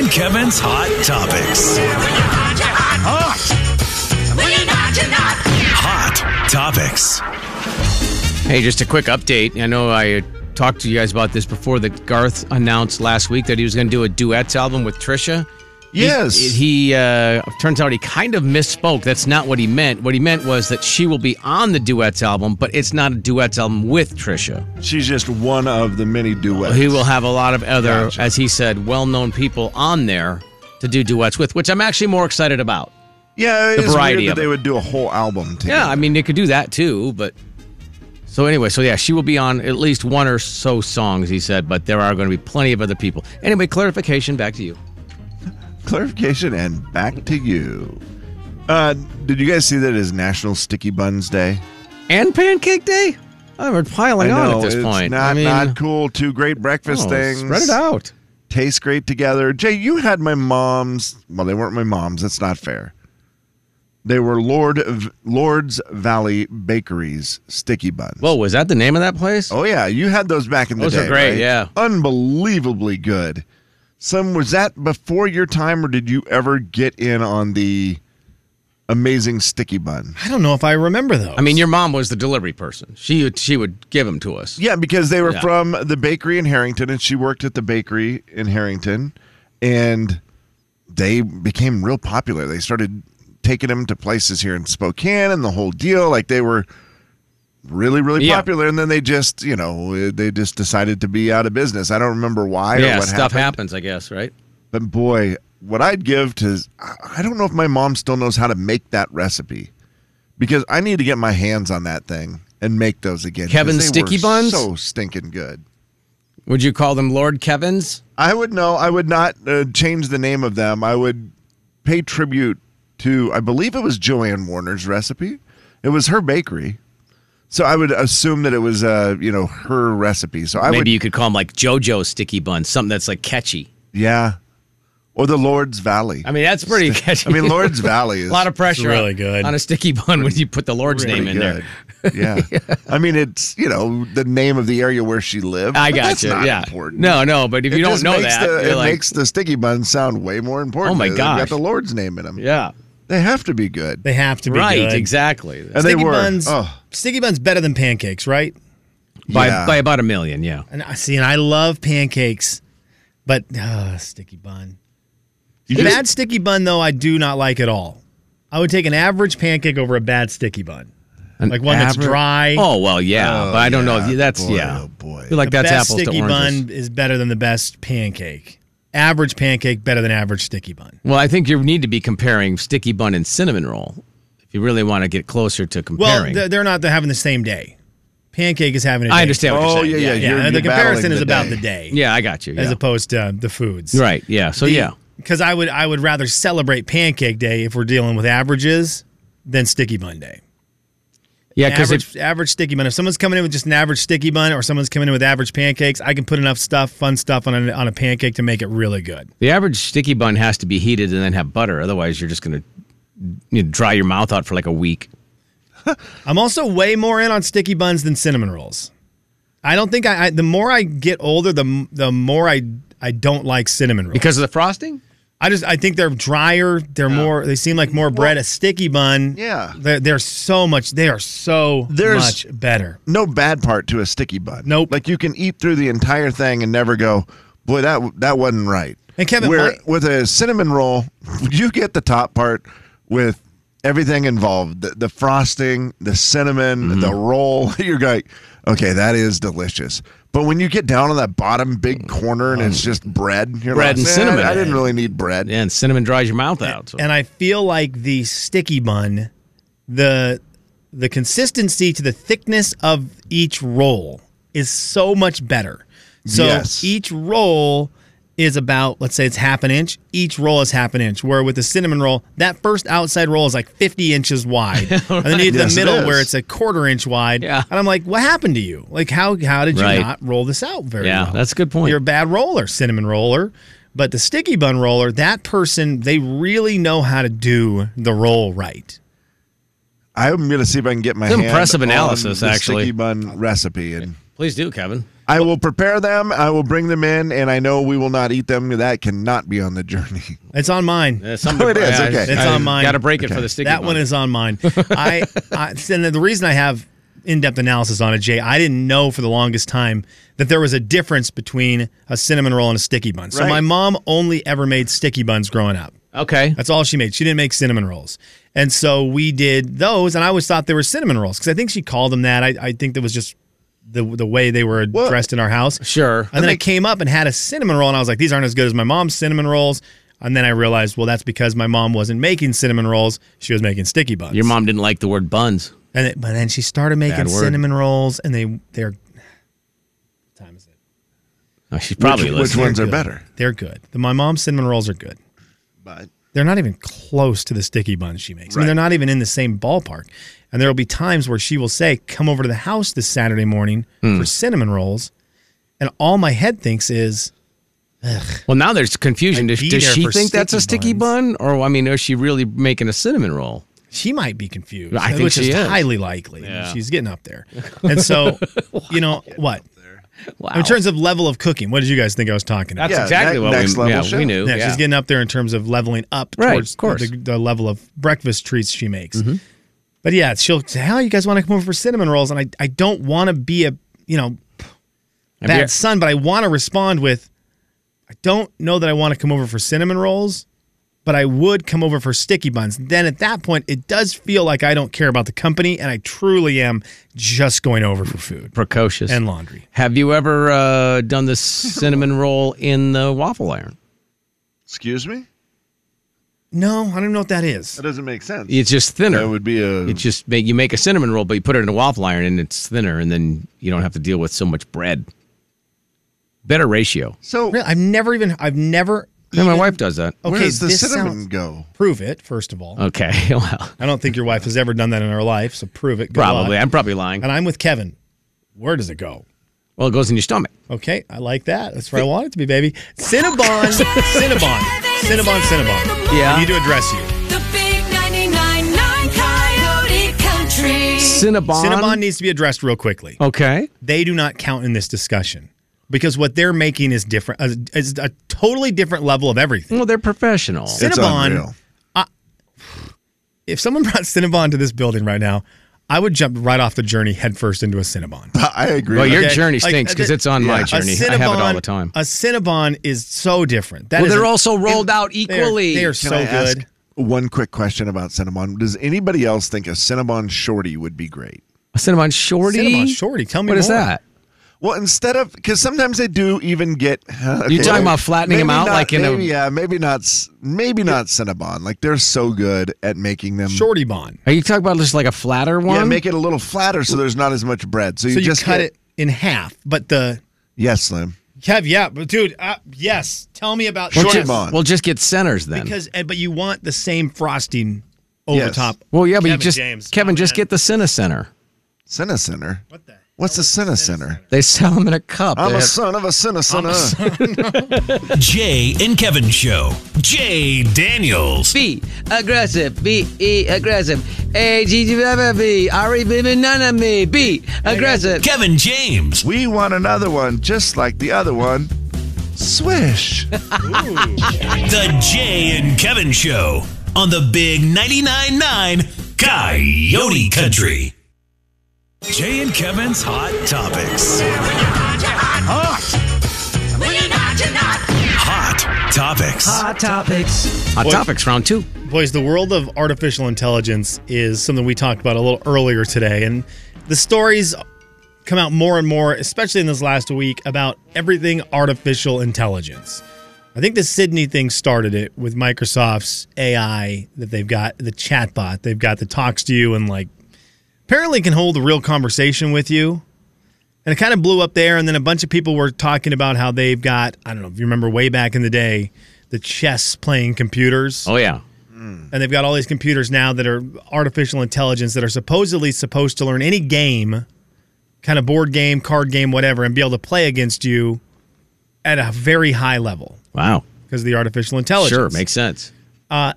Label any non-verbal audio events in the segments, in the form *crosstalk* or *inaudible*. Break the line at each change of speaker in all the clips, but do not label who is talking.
and Kevin's Hot Topics. Hot Topics.
Hey, just a quick update. I know I talked to you guys about this before that Garth announced last week that he was going to do a duets album with Trisha.
Yes.
He, he, uh, turns out he kind of misspoke. That's not what he meant. What he meant was that she will be on the duets album, but it's not a duets album with Trisha.
She's just one of the many duets.
He will have a lot of other,
Gotcha.
as he said, well-known people on there to do duets with, which I'm actually more excited about.
yeah,
the
it's
variety
weird
of
that they
it.
would do a whole album. Together.
Yeah, I mean they could do that too, but so anyway, so yeah, she will be on at least one or so songs, he said, but there are going to be plenty of other people. Anyway, clarification back to you.
clarification and back to you. Uh, did you guys see that is National Sticky Buns Day?
And Pancake Day? Oh, we're piling on at this
it's
point.
Not
I mean,
not cool. Two great breakfast
oh,
things.
Spread it out.
Taste great together. Jay, you had my mom's. Well, they weren't my mom's. That's not fair. They were Lord of Lord's Valley Bakery's sticky buns.
Whoa, was that the name of that place?
Oh yeah, you had those back in the
Those
day.
are great,
right?
yeah.
unbelievably good. Some was that before your time, or did you ever get in on the amazing sticky bun?
I don't know if I remember though.
I mean, your mom was the delivery person. She would- she would give them to us.
Yeah, because they were
Yeah.
from the bakery in Harrington, and she worked at the bakery in Harrington, and they became real popular. They started taking them to places here in Spokane and the whole deal. Like they were really, really
Yeah.
popular, and then they just, you know, they just decided to be out of business. I don't remember why or
yeah,
what
stuff
happened.
happens, I guess, right?
But boy, what I'd give to I I don't know if my mom still knows how to make that recipe because I need to get my hands on that thing and make those again. 'cause
Kevin's
they
sticky
were
buns?
so stinking good.
Would you call them Lord Kevin's?
I would know. I would not uh, change the name of them. I would pay tribute to. I believe it was Joanne Warner's recipe. It was her bakery, so I would assume that it was uh you know her recipe. So I
Maybe
would
you could call them like JoJo's Sticky Buns, something that's like catchy.
yeah, or the Lord's Valley.
I mean, that's pretty catchy.
I mean Lord's
*laughs*
Valley is
a lot of pressure
really
on-
good.
on a sticky *laughs* bun when you put the Lord's name in there.
there.
*laughs*
Yeah. I mean, it's, you know, the name of the area where she lived.
I
but
got
that's
you.
Not
yeah.
Important.
No, no, but if
It
you don't
just
know
makes
that,
the,
you're
it
like,
makes the sticky buns sound way more important.
Oh my
They've got
gosh.
the Lord's name in them.
yeah,
They have to be good.
they have to be
right,
good.
exactly.
And
Sticky
they were.
buns.
Oh,
Sticky buns better than pancakes, right?
by
yeah.
by about a million, yeah.
And I see, and I love pancakes, but uh, sticky bun.
You
bad
just-
sticky bun though, I do not like at all. I would take an average pancake over a bad sticky bun, like one that's
average-
dry.
Oh well, yeah,
Oh,
but I don't
yeah.
know. That's
Boy,
yeah.
oh, boy.
You're like
the
that's
best
apples
sticky
to oranges.
bun is better than the best pancake. Average pancake better than average sticky bun.
Well, I think you need to be comparing sticky bun and cinnamon roll if you really want to get closer to
Well,
comparing.
th- they're not they're having the same day. Pancake is having a day.
I understand. what
oh
you're
yeah,
saying.
yeah.
Yeah,
you're,
and the
you're
comparison
battling
is
the
about
day.
the day
Yeah, I got you.
as
yeah.
opposed to uh, the foods.
right. Yeah. So yeah.
Because I would I would rather celebrate Pancake Day if we're dealing with averages than Sticky Bun Day.
Yeah, because
Average average sticky bun. If someone's coming in with just an average sticky bun, or someone's coming in with average pancakes, I can put enough stuff, fun stuff on a, on a pancake to make it really good.
the average sticky bun has to be heated and then have butter. Otherwise, you're just going to you know, dry your mouth out for like a week.
I'm also way more in on sticky buns than cinnamon rolls. I don't think I, I the more I get older, the m- the more I I don't like cinnamon rolls.
Because of the frosting?
I just I think they're drier. They're more. They seem like more bread. A sticky bun.
Yeah.
They're, they're so much. They are so
There's-
much better.
No bad part to a sticky bun.
Nope.
Like you can eat through the entire thing and never go, boy, that that wasn't right.
And Kevin,
Where,
my-
with a cinnamon roll, *laughs* you get the top part with everything involved the, the frosting, the cinnamon,
Mm-hmm.
the roll. *laughs* You're like, okay, that is delicious. But when you get down on that bottom big corner and it's just bread, you're
Mm. Bread
like,
and
"Man,
cinnamon."
I didn't really need bread.
Yeah, and cinnamon dries your mouth out. so-
And I feel like the sticky bun, the the consistency to the thickness of each roll is so much better. So
Yes.
each roll is about let's say it's half an inch. Each roll is half an inch. Where with the cinnamon roll, that first outside roll is like fifty
*laughs*
inches wide, and then you get to
Yes,
the
it
middle
is.
where it's a quarter inch wide.
Yeah.
And I'm like, what happened to you? Like how how did
Right.
you not roll this out very
Yeah,
well?
that's a good point.
You're a bad roller, cinnamon roller. But the sticky bun roller, that person, they really know how to do the roll right.
I'm going to see if I can get my
It's
hand
impressive
on
analysis,
the
actually.
sticky bun recipe. And
Please do, Kevin.
I will prepare them. I will bring them in, and I know we will not eat them. That cannot be on the journey.
It's on mine.
*laughs* Uh, some
Oh, it is,
I- I-
okay.
It's
I
on mine.
Got to break it for the sticky.
that one
bun.
is
*laughs*
on mine. I, I and the reason I have in-depth analysis on it, Jay, I didn't know for the longest time that there was a difference between a cinnamon roll and a sticky bun. So
Right.
my mom only ever made sticky buns growing up.
okay.
That's all she made. She didn't make cinnamon rolls. And so we did those, and I always thought they were cinnamon rolls because I think she called them that. I, I think that was just the the way they were
Well-
dressed in our house.
Sure.
And then I came up and had a cinnamon roll, and I was like, these aren't as good as my mom's cinnamon rolls. And then I realized, well, that's because my mom wasn't making cinnamon rolls; she was making sticky buns.
Your mom didn't like the word buns.
and it, but then she started making
Bad word.
cinnamon rolls, and they they're *sighs* what time is it?
Oh, she's probably
which, which
listening.
ones are
Good.
better?
They're good. The- my mom's cinnamon rolls are good.
But
they're not even close to the sticky buns she makes. I mean,
Right.
they're not even in the same ballpark. And there will be times where she will say, "Come over to the house this Saturday morning
Hmm.
for cinnamon rolls," and all my head thinks is,
Well, now there's confusion.
I'd
Does,
be
does
there
she
for
think that's a
sticky
sticky
buns.
bun, or I mean, is she really making a cinnamon roll?
"She might be confused,"
I think
which
she
is,
is.
highly likely.
Yeah.
She's getting up there, and
*laughs*
so you know what?
Wow.
In terms of level of cooking, what did you guys think I was talking about?
that's
Yeah,
exactly
ne-
what
next
we,
level
yeah, we
shit.
knew.
Yeah,
yeah.
she's getting up there in terms of leveling up
Right,
towards
of course.
The, the level of breakfast treats she makes. But yeah, she'll say, "How you guys want to come over for cinnamon rolls?" And I, I don't want to be a you know
I mean,
bad son, but I want to respond with, "I don't know that I want to come over for cinnamon rolls." But I would come over for sticky buns. Then at that point, it does feel like I don't care about the company, and I truly am just going over for food
precocious.
and laundry.
Have you ever uh, done the cinnamon roll in the waffle iron?
excuse me,
No, I don't know what that is.
that doesn't make sense.
It's just thinner.
That would be a
It's just make you make a cinnamon roll, but you put it in a waffle iron and it's thinner, and then you don't have to deal with so much bread. Better ratio.
so.
Really, I've never even. I've never.
Yeah, my wife does that.
Okay,
Where does the
this
cinnamon
sounds-
go?
prove it first of all
Oh. Okay, *laughs* well,
i don't think your wife has ever done that in her life so prove it Good
probably.
luck.
I'm probably lying.
and i'm with kevin where does it go
Well, it goes in your stomach.
okay i like that that's where i want it to be baby cinnabon
*laughs*
cinnabon cinnabon cinnabon
Yeah.
i need to address you
The big 99.9 Coyote Country.
Cinnabon.
cinnabon needs to be addressed real quickly
Okay.
they do not count in this discussion because what they're making is different uh, is a totally different level of everything
Well, they're professional.
It's
Cinnabon.
unreal. *laughs*
if someone brought cinnabon to this building right now i would jump right off the journey headfirst into a cinnabon
I agree.
well,
with
your
Okay,
journey
like,
stinks because
uh,
it's on my
yeah. a
journey. I have it all the time.
A Cinnabon is so different. That
well,
is
they're
a-
also rolled
it-
out
they are-
equally.
They are,
Can
so
I ask
good.
one quick question about Cinnabon. Does anybody else think a Cinnabon shorty would be great?
A Cinnabon shorty.
Cinnabon shorty, tell me
What is
more.
that?
Well, instead of because sometimes they do even get. *laughs* okay,
talking
maybe-
about flattening 'em
maybe
out
not-
like in a-
maybe, yeah, maybe not, s- maybe not Cinnabon. Like they're so good at making them
Shorty Bon.
Are you talking about just like a flatter one?
Yeah, make it a little flatter so there's not as much bread. So you
So you
just
cut
get-
it in half, but the
Yes, Slim.
Kev, yeah, but dude, uh, yes. Tell me about
Shorty
yes.
Bon.
Well, just get centers then.
because uh, but you want the same frosting over
Yes.
top.
well, yeah, but you
Kevin
just
James,
Kevin, oh,
my
just
man.
get the Cine Center.
Cinna Center.
What the?
What's a Cinna Center?
They sell them in a cup.
I'm
They
a
have-
son of a Cinna Center.
Jay and Kevin Show. Jay Daniels.
Be aggressive. Be e aggressive. A G G B R E B B none of me. Be aggressive.
Kevin James.
we want another one just like the other one.
*laughs*
Swish.
The Jay and Kevin Show on the Big 99.9 9 Coyote Country. Jay and Kevin's Hot Topics. Hot Topics.
Hot topics. Hot topics round two.
Boys, the world of artificial intelligence is something we talked about a little earlier today, and the stories come out more and more, especially in this last week, about everything artificial intelligence. I think the Sydney thing started it with Microsoft's AI that they've got, the chatbot they've got that talks to you and like apparently can hold a real conversation with you. And it kind of blew up there. And then a bunch of people were talking about how they've got, I don't know if you remember way back in the day, the chess playing computers
Oh yeah.
and they've got all these computers now that are artificial intelligence that are supposedly supposed to learn any game, kind of board game, card game, whatever, and be able to play against you at a very high level
Wow.
because of the artificial
Oh,
intelligence.
Sure, makes sense.
Where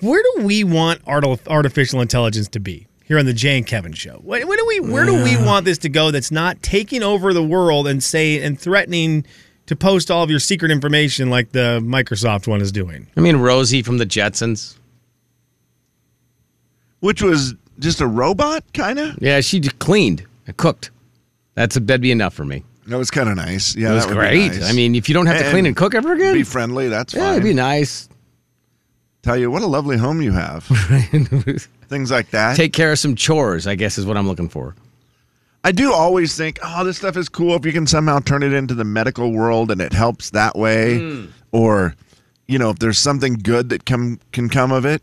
do we want art- artificial intelligence to be? here on the Jay and Kevin show. What, what do we? Where do we want this to go? That's not taking over the world and say and threatening to post all of your secret information like the Microsoft one is doing.
I mean, Rosie from the Jetsons.
which was just a robot, kind of.
Yeah, she d- cleaned and cooked. That's that'd be enough for me.
That was kind of nice. Yeah,
It was
Oh, that would be
great.
nice.
I mean, if you don't have to clean
And
and cook ever again,
be friendly. That's
yeah,
fine.
it'd be nice. *laughs*
Tell you what a lovely home you have. Things like that.
Take care of some chores, I guess, is what I'm looking for.
I do always think, oh, this stuff is cool if you can somehow turn it into the medical world and it helps that way, or you know, if there's something good that come can come of it.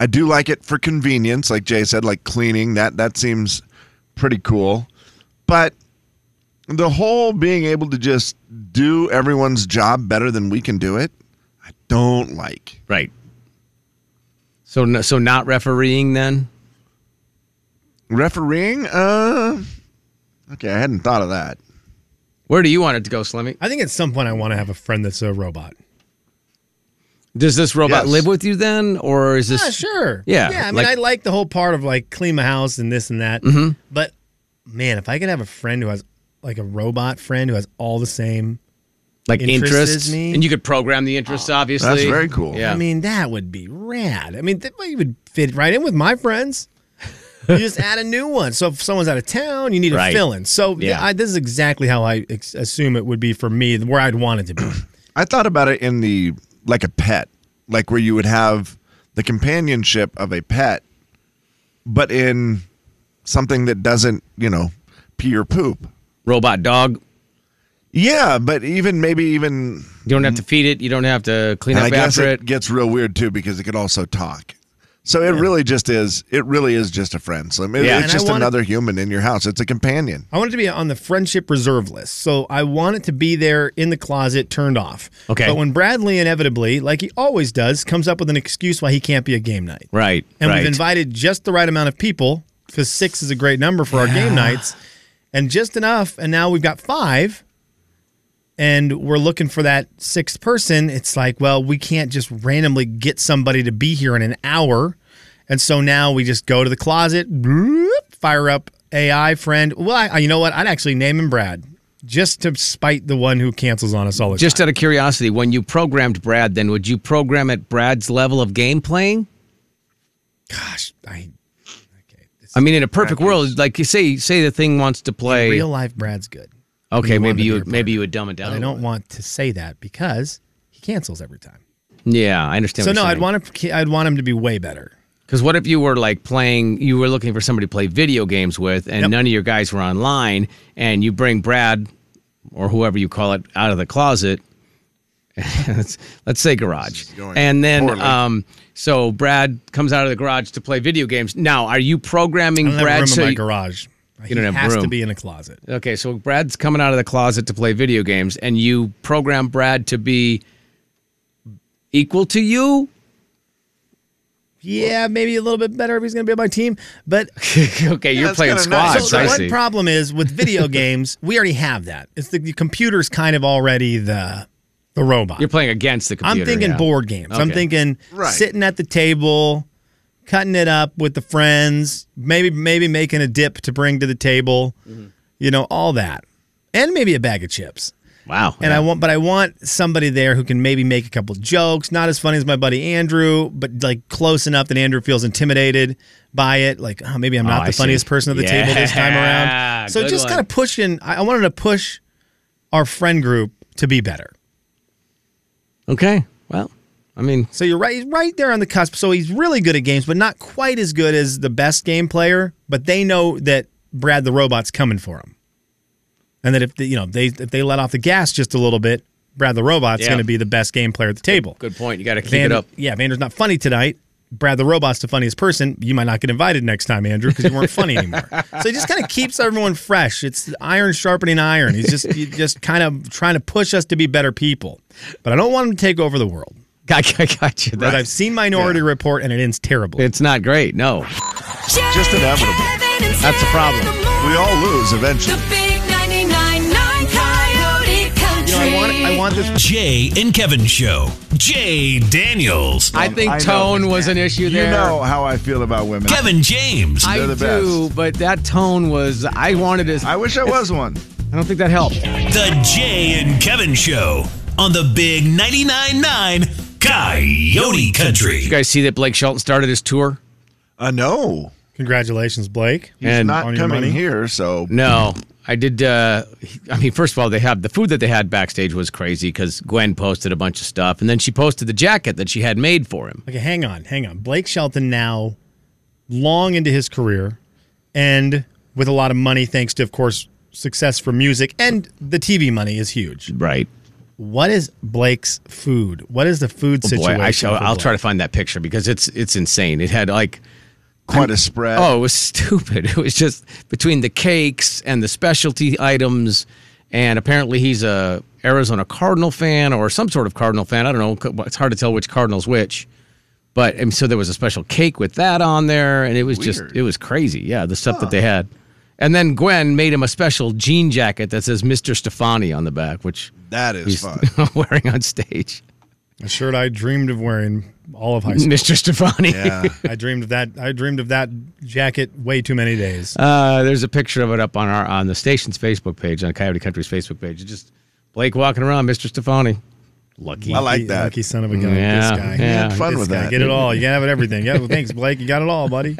I do like it for convenience, like Jay said, like cleaning that that seems pretty cool, but the whole being able to just do everyone's job better than we can do it, I don't like.
Right. So, no, so not refereeing then.
Refereeing, uh, okay, I hadn't thought of that.
Where do you want it to go, Slimmy?
I think at some point I want to have a friend that's a robot.
Does this robot
Yes.
live with you then, or is this?
Yeah, sure.
Yeah,
Yeah. I mean,
like- Mm-hmm.
I like the whole part of like clean my house and this and that. But man, if I could have a friend who has like a robot friend who has all the same,
like
Interests
interests,
me. Oh,
and you could program the interests. obviously,
that's very cool.
Yeah,
I mean, that would be rad. I mean, that way you would fit right in with my friends. You just add a new one. So if someone's out of town, you need a
Right.
fill in. So yeah.
Yeah.
I, this is exactly how I ex- assume it would be for me, where I'd want it to be.
I thought about it in the like a pet, like where you would have the companionship of a pet, but in something that doesn't, you know, pee or poop.
robot dog.
Yeah, but even maybe even
You don't have to feed it. You don't have to clean
and I
up
guess
after
it,
it.
gets real weird too because it could also talk. So it really just is. It really is just a friend. So I mean,
Yeah.
it's
And I
just
wanna-
another human in your house. It's a companion.
I want it to be on the friendship reserve list. So I want it to be there in the closet, turned off.
Okay.
But when Bradley inevitably, like he always does, comes up with an excuse why he can't be a game night.
Right,
And
right.
we've invited just the right amount of people because six is a great number for our game nights and just enough. And now we've got five and we're looking for that sixth person. It's like, well, we can't just randomly get somebody to be here in an hour. And so now we just go to the closet, bloop, fire up AI friend. Well, I, you know what? I'd actually name him Brad just to spite the one who cancels on us all the
Just
time.
out of curiosity, when you programmed Brad, then would you program at Brad's level of game playing?
Gosh, I,
I mean, in a perfect world, like you say, say the thing wants to play.
real life Brad's good.
okay,
You want him
maybe
to
you
be
would-
your
maybe you would dumb it down.
But
a
I
little
don't want to say that because he cancels every time.
bit. Yeah, I understand.
So no, I'd want to, I'd want him to be way better.
because what if you were like playing? You were looking for somebody to play video games with, and
Yep.
none of your guys were online, and you bring Brad or whoever you call it out of the closet. *laughs* let's, let's say garage,
going
and then
poorly.
um, so Brad comes out of the garage to play video games. Now, are you programming
I don't have a
Brad?
room
so
in my
you-
garage. He
don't have
has to
room.
be in a closet.
Okay, so Brad's coming out of the closet to play video games, and you program Brad to be equal to you. *laughs*
Yeah, maybe a little bit better if he's going to be on my team.
*laughs*
But
okay, you're
that's
playing
kinda nice.
squads.
so the
I
one
see.
problem is
*laughs*
with video games, we already have that. It's the, the computer's kind of already the the robot.
you're playing against the computer.
I'm thinking
yeah.
board games. I'm
Okay.
thinking
Right.
sitting at the table, cutting it up with the friends, maybe maybe making a dip to bring to the table. You know, all that. And maybe a bag of chips.
Wow.
And
yeah.
I want, but I want somebody there who can maybe make a couple jokes, not as funny as my buddy Andrew, but like close enough that Andrew feels intimidated by it. Like, oh, maybe I'm not
Oh, I
the funniest
see.
person at the
Yeah,
table this
*laughs*
time around. So
good
just
one.
kind of pushing. I I wanted to push our friend group to be better.
Okay. Well, I mean,
So you're right, he's right there on the cusp. So he's really good at games, but not quite as good as the best game player. But they know that Brad the robot's coming for him, and that if the, you know they if they let off the gas just a little bit, Brad the robot's
Yeah.
going to be the best game player at the table.
good point. You got to keep
Vander-
it up.
Yeah, Vander's not funny tonight. Brad the robot's the funniest person. You might not get invited next time, Andrew, because you weren't
*laughs*
funny anymore. So he just kind of keeps everyone fresh. It's iron sharpening iron. He's just he just kind of trying to push us to be better people. But I don't want him to take over the world.
*laughs* I got you.
But
That-
I've seen Minority Report and it ends terribly.
It's not great. No.
Jay,
Just inevitable.
Kevin, and
That's a
Slim
problem.
in the morning.
We all lose eventually.
The big 99.9 Coyote
you know,
Country.
I want,
I want this.
Jay and Kevin Show. Jay Daniels.
I think
I know
tone
we
was an
can't.
issue there.
You know how I feel about women.
Kevin James.
I
They're the
do, but that tone was I wanted to.
I wish I was one.
I don't think that helped.
the Jay and Kevin Show on the Big 99.9 Coyote Country.
You guys see that Blake Shelton started his tour?
Uh, no,
Congratulations, Blake.
he's
And-
not
On your
coming
money?
here. So
No, I did. Uh, I mean, first of all, they had the food that they had backstage was crazy because Gwen posted a bunch of stuff, and then she posted the jacket that she had made for him.
Okay, hang on, hang on. Blake Shelton now long into his career and with a lot of money, thanks to, of course, success for music and the TV money is huge.
Right.
What is Blake's food? What is the food situation?
Oh, Boy, I shall.
for
I'll
Blake?
try to find that picture because it's it's insane. It had like
quite a spread.
Oh, it was *laughs* stupid. It was just between the cakes and the specialty items, and apparently he's a Arizona Cardinal fan or some sort of Cardinal fan. I don't know. It's hard to tell which Cardinals which. But and so there was a special cake with that on there, and it was just
Weird.
it was crazy. Yeah, the stuff that they had, and then Gwen made him a special jean jacket that says Mr. Stefani on the back, which
that is
he's *laughs*
fun.
wearing on stage. *laughs*
A shirt I dreamed of wearing all of high school.
Mr. Stefani.
Yeah,
I dreamed of that. I dreamed of that jacket way too many days.
Uh, there's a picture of it up on our on the station's Facebook page, on Coyote Country's Facebook page. It's just Blake walking around, Mr. Stefani. Lucky.
I like
Lucky-
that.
Lucky son of a gun.
Yeah,
This guy.
yeah.
had fun
This
with
guy,
that.
Get it all. You gotta have it everything. Yeah, well, thanks, Blake. You got it
*laughs*
all, buddy.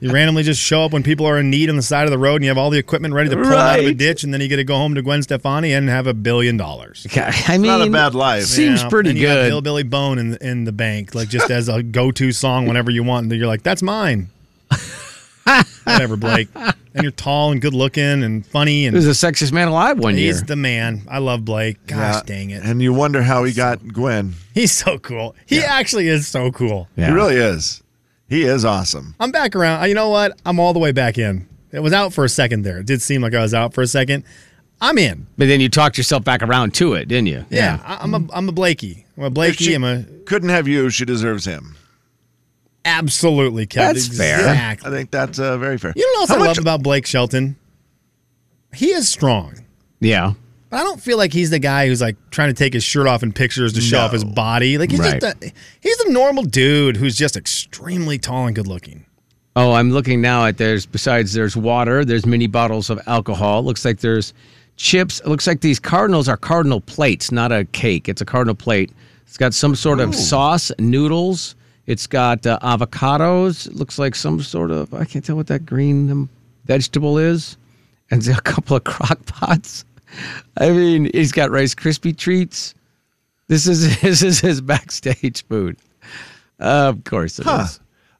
you randomly just show up when people are in need on the side of the road, and you have all the equipment ready to pull out of a
Right.
ditch, and then you get to go home to Gwen Stefani and have a billion dollars.
I mean,
not a bad life.
Seems
Yeah,
pretty
and you got
good.
Hillbilly Bone in in the bank, like just as a go-to song whenever you want, and you're like,
*laughs*
"That's mine." Whatever, Blake. And you're tall and good-looking and funny,
He was
and
the sexiest man alive one year.
he's the man. I love Blake. Gosh,
Yeah.
dang it,
And you wonder how he got Gwen.
he's so cool. He actually is so cool.
Yeah.
He really is. He is awesome.
I'm back around. Uh, You know what? I'm all the way back in. It was out for a second there. It did seem like I was out for a second. I'm in.
but then you talked yourself back around to it, didn't you?
Yeah, I, I'm a I'm a Blakey. I'm a
If
Blakey.
she
I'm a
couldn't have you, she deserves him.
absolutely Kevin.
That's fair.
Exactly.
I think that's uh, very fair.
You know what else
How
I
much-
love about Blake Shelton? He is strong.
Yeah.
But I don't feel like he's the guy who's like trying to take his shirt off in pictures to show off his
No.
body. Like he's
Right.
just a, he's a normal dude who's just extremely tall and good looking.
Oh, I'm looking now at there's besides there's water, there's mini bottles of alcohol. Looks like there's chips. It looks like these cardinals are cardinal plates, not a cake. It's a cardinal plate. It's got some sort of sauce, noodles. It's got uh, avocados. It looks like some sort of I can't tell what that green um, vegetable is, and a couple of crock pots. I mean, he's got Rice Krispie treats. This is *laughs* this is his backstage food. of course it is.
Huh. uh,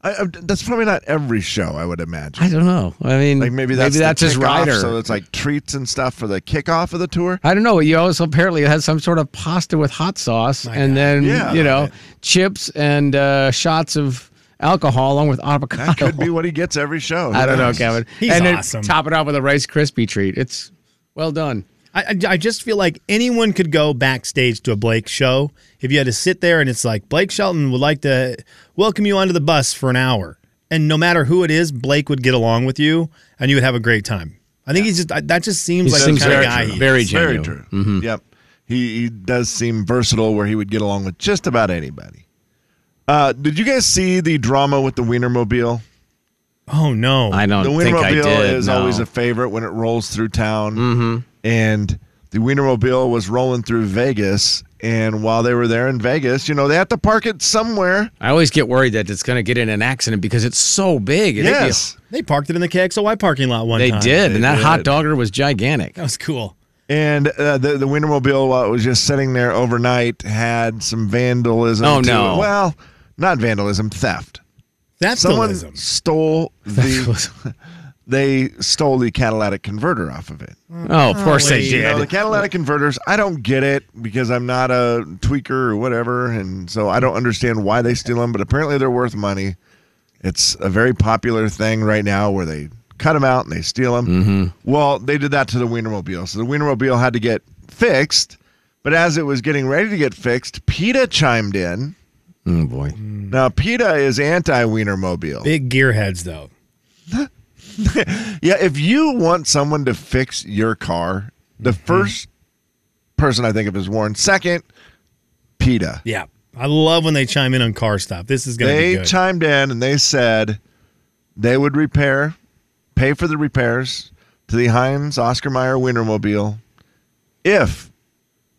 I, I, that's probably not every show, I would imagine.
I don't know. I mean,
Like maybe that's,
maybe that's
the
his
kickoff,
rider.
So it's like treats and stuff for the kickoff of
*laughs*
the tour.
I don't know. You also apparently has some sort of pasta with hot sauce, and then
Yeah.
you know chips and uh, shots of alcohol along with avocado.
That could be what he gets every show. Who
*laughs* I don't know,
knows?
Kevin.
He's
and
awesome.
Then top it off with a Rice Krispie treat. It's well done.
I, I, I just feel like anyone could go backstage to a Blake show if you had to sit there and it's like Blake Shelton would like to welcome you onto the bus for an hour, and no matter who it is, Blake would get along with you and you would have a great time. I think he's just I- that just seems
He
like
seems
the kind
very
of guy.
true.
He
Very
is.
It's very
genuine. Mm-hmm.
true. Yep. He, he does seem versatile where he would get along with just about anybody. Uh, did you guys see the drama with the Wienermobile?
Oh no!
I don't
the
think I
Wienermobile
did.
is
no. Mm-hmm.
always a favorite when it rolls through town. And the Wienermobile was rolling through Vegas. And while they were there in Vegas, you know, they have to park it somewhere.
I always get worried that it's going to get in an accident because it's so big. It'd be-
yes.
They parked it in the KXOY parking lot one
they
time.
did, and that
did.
hot dogger was gigantic.
That was cool.
And uh, the, the Wienermobile, while it was just sitting there overnight, had some vandalism.
Oh,
to
no.
It. Well, not vandalism, theft.
That's
Someone
vandalism.
stole the. they stole the catalytic converter off of it.
Oh, of course they
wait.
did.
You know, the catalytic converters, I don't get it because I'm not a tweaker or whatever. And so I don't understand why they steal them, but apparently they're worth money. It's a very popular thing right now where they cut them out and they steal them. Well, they did that to the Wienermobile. So the Wienermobile had to get fixed. But as it was getting ready to get fixed, PETA chimed in.
oh boy.
Now, PETA is anti Wienermobile.
Big gearheads though. Mm-hmm.
Yeah, if you want someone to fix your car, the first person I think of is Warren. Second, PETA.
Yeah. I love when they chime in on car stuff. This is going to be
They
good.
chimed in and they said they would repair, pay for the repairs to the Heinz Oscar Mayer Wienermobile if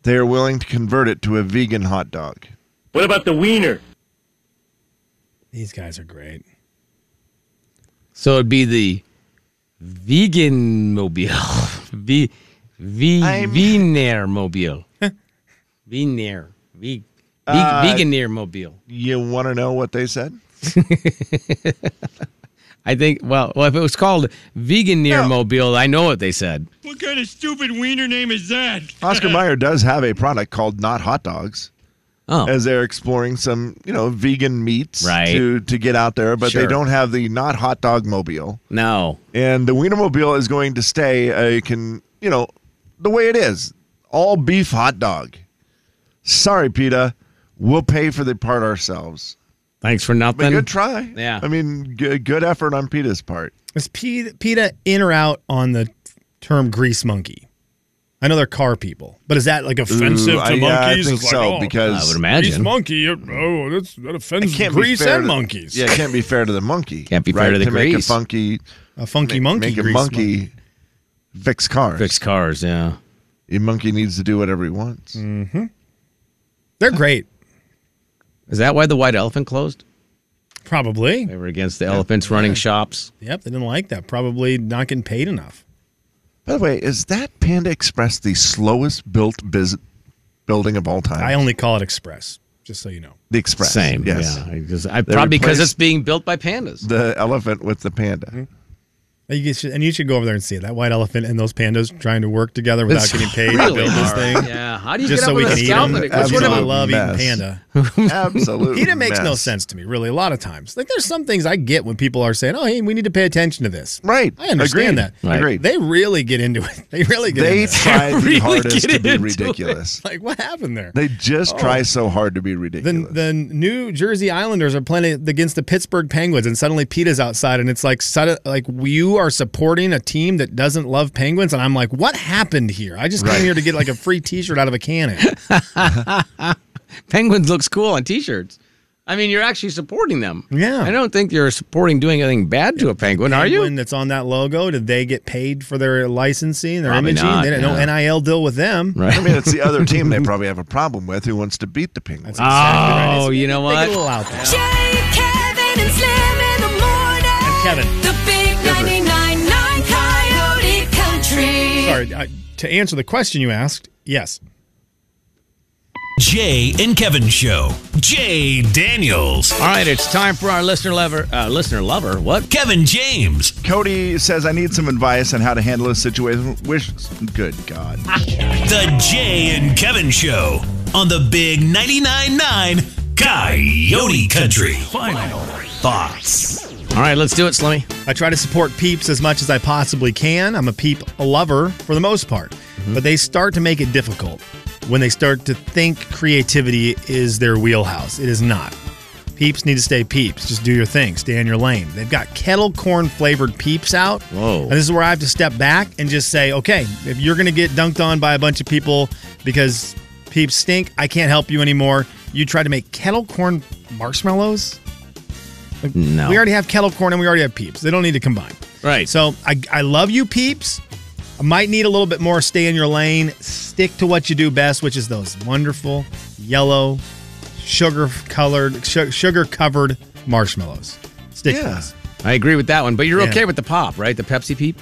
they are willing to convert it to a vegan hot dog.
What about the wiener?
These guys are great.
So it'd be the vegan mobile. *laughs* V V
I'm-
Venair
*laughs*
mobile. Venair. V
Uh,
Veganeer mobile.
You want to know what they said?
I think well, well if it was called Veganeer mobile, I know what they said.
What kind of stupid wiener name is that?
Oscar
*laughs*
Mayer does have a product called Not Hot Dogs.
Oh.
As they're exploring some, you know, vegan meats
Right.
to to get out there, but they
Sure.
don't have the not hot dog mobile.
No.
and the Wienermobile is going to stay a can you know the way it is all beef hot dog. Sorry, Peta, we'll pay for the part ourselves.
Thanks for
But
nothing.
good try.
yeah.
I mean, good, good effort on Peta's part.
Is P- PETA in or out on the term grease monkey? I know they're car people, but is that like offensive
Ooh,
to
I-
monkeys?
yeah, I think
It's like,
so
oh,
I would
because
grease
imagine.
monkey. Oh, that's, that offends
can't be
grease
fair
and
to-
monkeys.
Yeah, it can't be fair to the
*laughs*
monkey.
Can't be fair
right?
to the
make a
grease.
funky,
a funky monkey.
make a
grease
monkey, fix cars.
Fix cars, yeah.
Your monkey needs to do whatever he wants.
Mm. They're great,
Is that why the white elephant closed?
*laughs*
probably.
They were against the elephants running shops.
Yep, they didn't like that. Probably not getting paid enough.
By the way, is that Panda Express the slowest built biz- building of all time?
I only call it Express, just so you know.
the Express.
Same.
Yes.
Yeah. I, just- I- probably because
replaced-
it's being built by pandas.
the elephant with the
Mm-hmm.
*laughs* panda.
And you should, and you should go over there and see it. That white elephant and those pandas trying to work together without
It's
getting paid to
really
build this
hard.
thing.
Yeah. How do you
Just
get
so
up
we
with
can
a
eat
scalp
them.
in it?
That's
What's one
what
of
I
Absolute
love eating
mess.
panda.
Absolutely.
PETA makes no sense to me, really. A lot of times, like there's some things I get when people are saying, "Oh, hey, we need to pay attention to this."
Right.
I understand that.
Right.
Agreed.
They really get into it. *laughs* They *laughs* really get.
They
into it.
try the
Really
hardest
get
to be
into
ridiculous.
like what happened there?
They just
Oh.
try so hard to be
the,
ridiculous.
the New Jersey Islanders are playing against the Pittsburgh Penguins, and suddenly PETA's outside, and it's like, sudden, like you are supporting a team that doesn't love Penguins, and I'm like, what happened here? I just came here to get like a free T-shirt out of
*laughs*
a cannon.
Penguins looks cool on T-shirts. I mean, you're actually supporting them.
Yeah.
I don't think you're supporting doing anything bad to a penguin, are
Penguin
you?
that's on that logo, did they get paid for their licensing, their
Probably
imaging?
not,
they didn't
yeah.
no NIL deal with them.
Right.
I mean, it's the other team they probably have a problem with who wants to beat the Penguins.
That's exactly right.
Oh,
It's-
you know
they get
what?
a little out there.
Jay, Kevin, and Slim in the morning.
And Kevin.
The big 99.9 Coyote Country.
Sorry, I, to answer the question you asked, yes.
Jay and Kevin Show. Jay Daniels.
All right, it's time for our listener lover. Uh, listener lover, what?
Kevin James.
Cody says, I need some advice on how to handle a situation. Wish, good God.
The Jay and Kevin Show on the Big 99.9 9 Coyote Country. Final thoughts.
All right, let's do it, Slimmy.
I try to support peeps as much as I possibly can. I'm a peep lover for the most part,
Mm-hmm.
but they start to make it difficult when they start to think creativity is their wheelhouse. It is not. Peeps need to stay peeps. Just do your thing. Stay in your lane. They've got kettle corn flavored peeps out.
Whoa.
And this is where I have to step back and just say, okay, if you're going to get dunked on by a bunch of people because peeps stink, I can't help you anymore. You try to make kettle corn marshmallows?
No.
We already have kettle corn and we already have peeps. They don't need to combine.
Right.
So I, I love you, peeps. I might need a little bit more stay in your lane. Stick to what you do best, which is those wonderful yellow, sugar colored, sugar covered marshmallows. Stick to
Yeah.
those.
I agree with that one, but you're
Yeah.
okay with the pop, right? The Pepsi peep.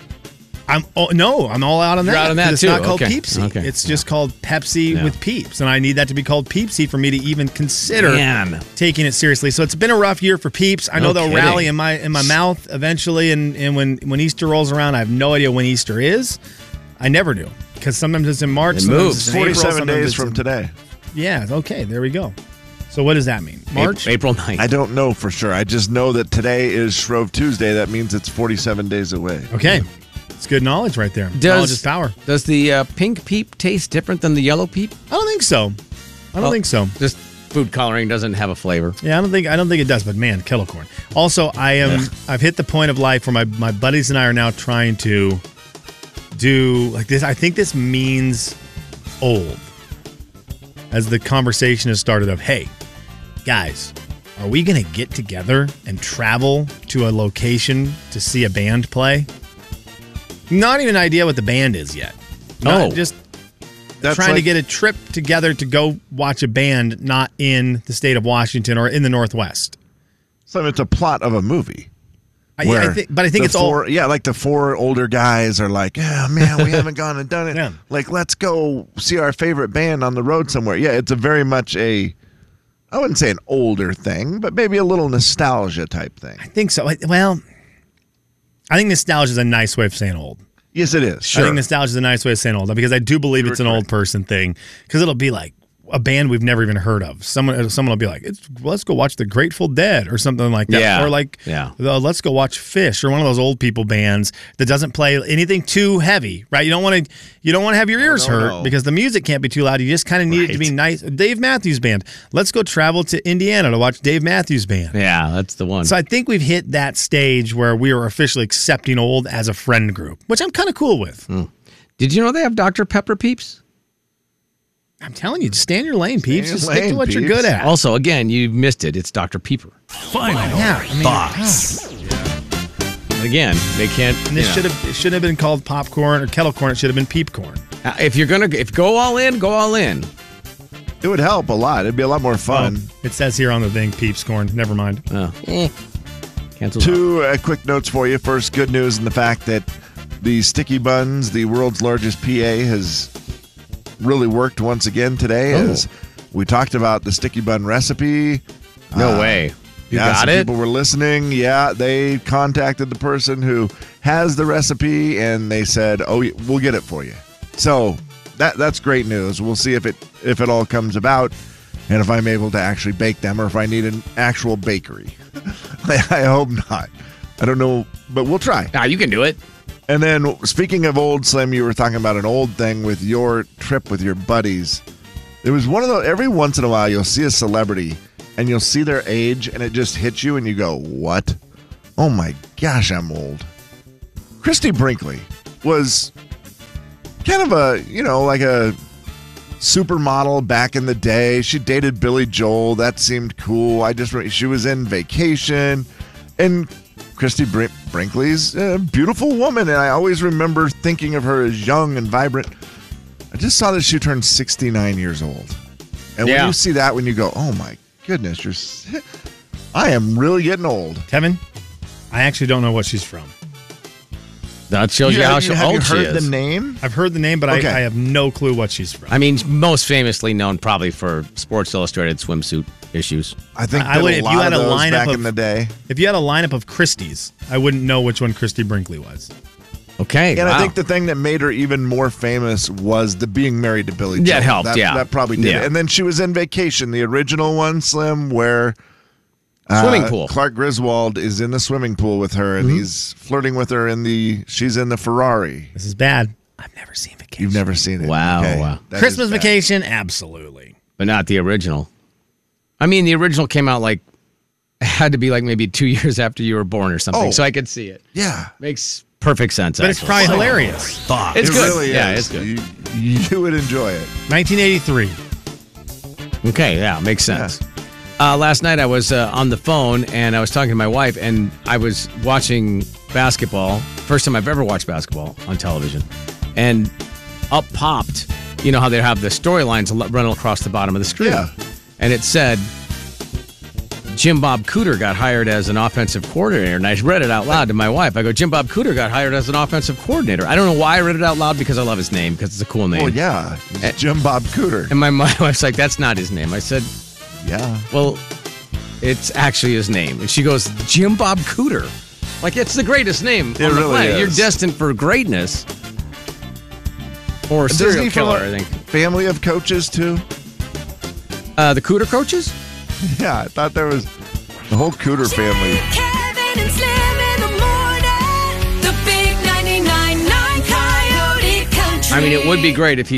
I'm oh, no, I'm all out on that.
You're out on that
'cause it's
too.
not called
Okay.
Peepsy.
Okay.
It's just called Pepsi
Yeah.
with peeps, and I need that to be called Peepsy for me to even consider
Man.
taking it seriously. So it's been a rough year for peeps. I
No
know they'll
kidding.
rally in my in my mouth eventually, and and when when Easter rolls around, I have no idea when Easter is. I never do because sometimes it's in March,
It
sometimes
moves.
it's in April,
47
sometimes
days
it's
from
in-
today.
Yeah. Okay. There we go. So what does that mean? March.
Ap- April
I
9th.
don't know for sure. I just know that today is Shrove Tuesday. That means it's 47 days away.
Okay. It's good knowledge right there. knowledge is power.
Does the uh, pink peep taste different than the yellow peep?
I don't think so. I don't
Oh.
think so.
Just food coloring doesn't have a flavor.
Yeah, I don't think I don't think it does, but man, kettle corn. Also, I am I've hit the point of life where my, my buddies and I are now trying to do like this. I think this means old. as the conversation has started of, hey, guys, are we going to get together and travel to a location to see a band play? Not even an idea what the band is yet. Not
Oh.
just
That's
trying to
like-
get a trip together to go watch a band not in the state of Washington or in the Northwest.
So it's a plot of a movie.
I, I
where
think, but I think
the
it's
four, Yeah, like the four older guys are like, yeah, man, we haven't gone and done it.
*laughs* Yeah.
Like, let's go see our favorite band on the road somewhere. Yeah, it's a very much a, I wouldn't say an older thing, but maybe a little nostalgia type thing.
all. I think so. I- Well, I think nostalgia is a nice way of saying old.
Yes, it is.
I think nostalgia is a nice way of saying old because I do believe it's an old person thing because it'll be like a band we've never even heard of. Someone uh, someone will be like, it's, let's go watch the Grateful Dead or something like that.
Yeah.
Or like,
Yeah.
the let's go watch Fish or one of those old people bands that doesn't play anything too heavy, right? You don't want to you don't want to have your ears
no,
hurt
no.
because the music can't be too loud. You just kind of need it to be nice. Dave Matthews Band. Let's go travel to Indiana to watch Dave Matthews Band.
Yeah, that's the one.
So I think we've hit that stage where we are officially accepting old as a friend group, which I'm kind of cool with.
Did you know they have Dr. Pepper Peeps?
I'm telling you, just stay in your lane,
in
peeps.
your
Just stick to
lane,
what you're
peeps.
good at.
Also, again, you missed it. It's Dr. Pepper.
Final
Yeah, I mean,
thoughts.
Again, they can't.
And
you
this
know.
should have it should have been called popcorn or kettle corn. It should have been peep corn.
Uh, If you're gonna, if go all in, go all in.
It would help a lot. It'd be a lot more fun.
Oh, it says here on the thing, peeps corn. Never mind.
Oh.
Uh.
Eh. Cancels out.
Two uh, quick notes for you. First, good news in the fact that the Sticky Buns, the world's largest PA, has really worked once again today.
Oh.
As we talked about the Sticky Bun recipe.
No
Uh,
way. Ah. You
yeah,
got
some
it.
People were listening. Yeah, they contacted the person who has the recipe, and they said, "Oh, y- we'll get it for you." So that that's great news. We'll see if it if it all comes about, and if I'm able to actually bake them, or if I need an actual bakery. *laughs* I hope not. I don't know, but we'll try.
Ah, you can do it.
And then, speaking of old Slim, you were talking about an old thing with your trip with your buddies. It was one of those. Every once in a while, you'll see a celebrity, and you'll see their age, and it just hits you, and you go, "What? Oh my gosh, I'm old." Christy Brinkley was kind of a, you know, like a supermodel back in the day. She dated Billy Joel. That seemed cool. I just re- she was in Vacation, and Christy Br- Brinkley's a beautiful woman, and I always remember thinking of her as young and vibrant. I just saw that she turned 69 years old, and
Yeah.
when you see that, when you go, "Oh my goodness, you're," s- I am really getting old.
Kevin, I actually don't know what she's from.
That shows you,
You-
how
you-
she-
have you
old she
heard
is.
the name?
I've heard the name, but
Okay.
I, I have no clue what she's from.
I mean, most famously known probably for Sports Illustrated swimsuit issues.
I think
I
that
would-
a
if
lot
you had
of
a
those
lineup
back
of-
in the day.
if you had a lineup of Christies, I wouldn't know which one Christy Brinkley was.
Okay.
And
wow.
I think the thing that made her even more famous was the being married to Billy.
Yeah, it
Joel.
helped,
That,
yeah.
that probably did.
Yeah.
It. And then she was in Vacation, the original one, Slim, where uh,
Swimming pool. Mm-hmm.
Clark Griswold is in the swimming pool with her, and he's flirting with her in the. She's in the Ferrari.
This is bad. I've never seen vacation.
You've never seen it.
Wow, wow.
That is
Christmas
bad.
vacation, absolutely.
but not the original. I mean, the original came out like *laughs* had to be like maybe two *laughs* years after you were born or something,
Oh.
so I could see it.
Yeah.
Makes perfect sense.
But it's probably hilarious.
Thoughts.
It's
it
good.
really
yeah,
is.
it's good.
You, you would enjoy it.
1983.
Okay, yeah, makes sense. Uh, last night I was uh, on the phone and I was talking to my wife and I was watching basketball. First time I've ever watched basketball on television, and up popped. You know how they have the storylines l- running across the bottom of the screen,
Yeah.
and it said Jim Bob Cooter got hired as an offensive coordinator. And I read it out loud to my wife. I go, Jim Bob Cooter got hired as an offensive coordinator. I don't know why I read it out loud because I love his name because it's a cool name.
Well, yeah. It's
Eh.
Jim Bob Cooter.
And my *laughs* my wife's like, that's not his name. I said,
Yeah.
well, it's actually his name. And she goes, Jim Bob Cooter. Like, it's the greatest name
It
on the
really
planet. You're
is.
destined for greatness. Or a
Doesn't
serial
he from
killer,
a
I think.
Family of coaches too. *laughs*
Uh, the Cooter coaches?
Yeah, I thought there was the whole Cooter family.
Jay, Kevin, and Slim in the morning. The big 999 Coyote Country.
I mean, it would be great if he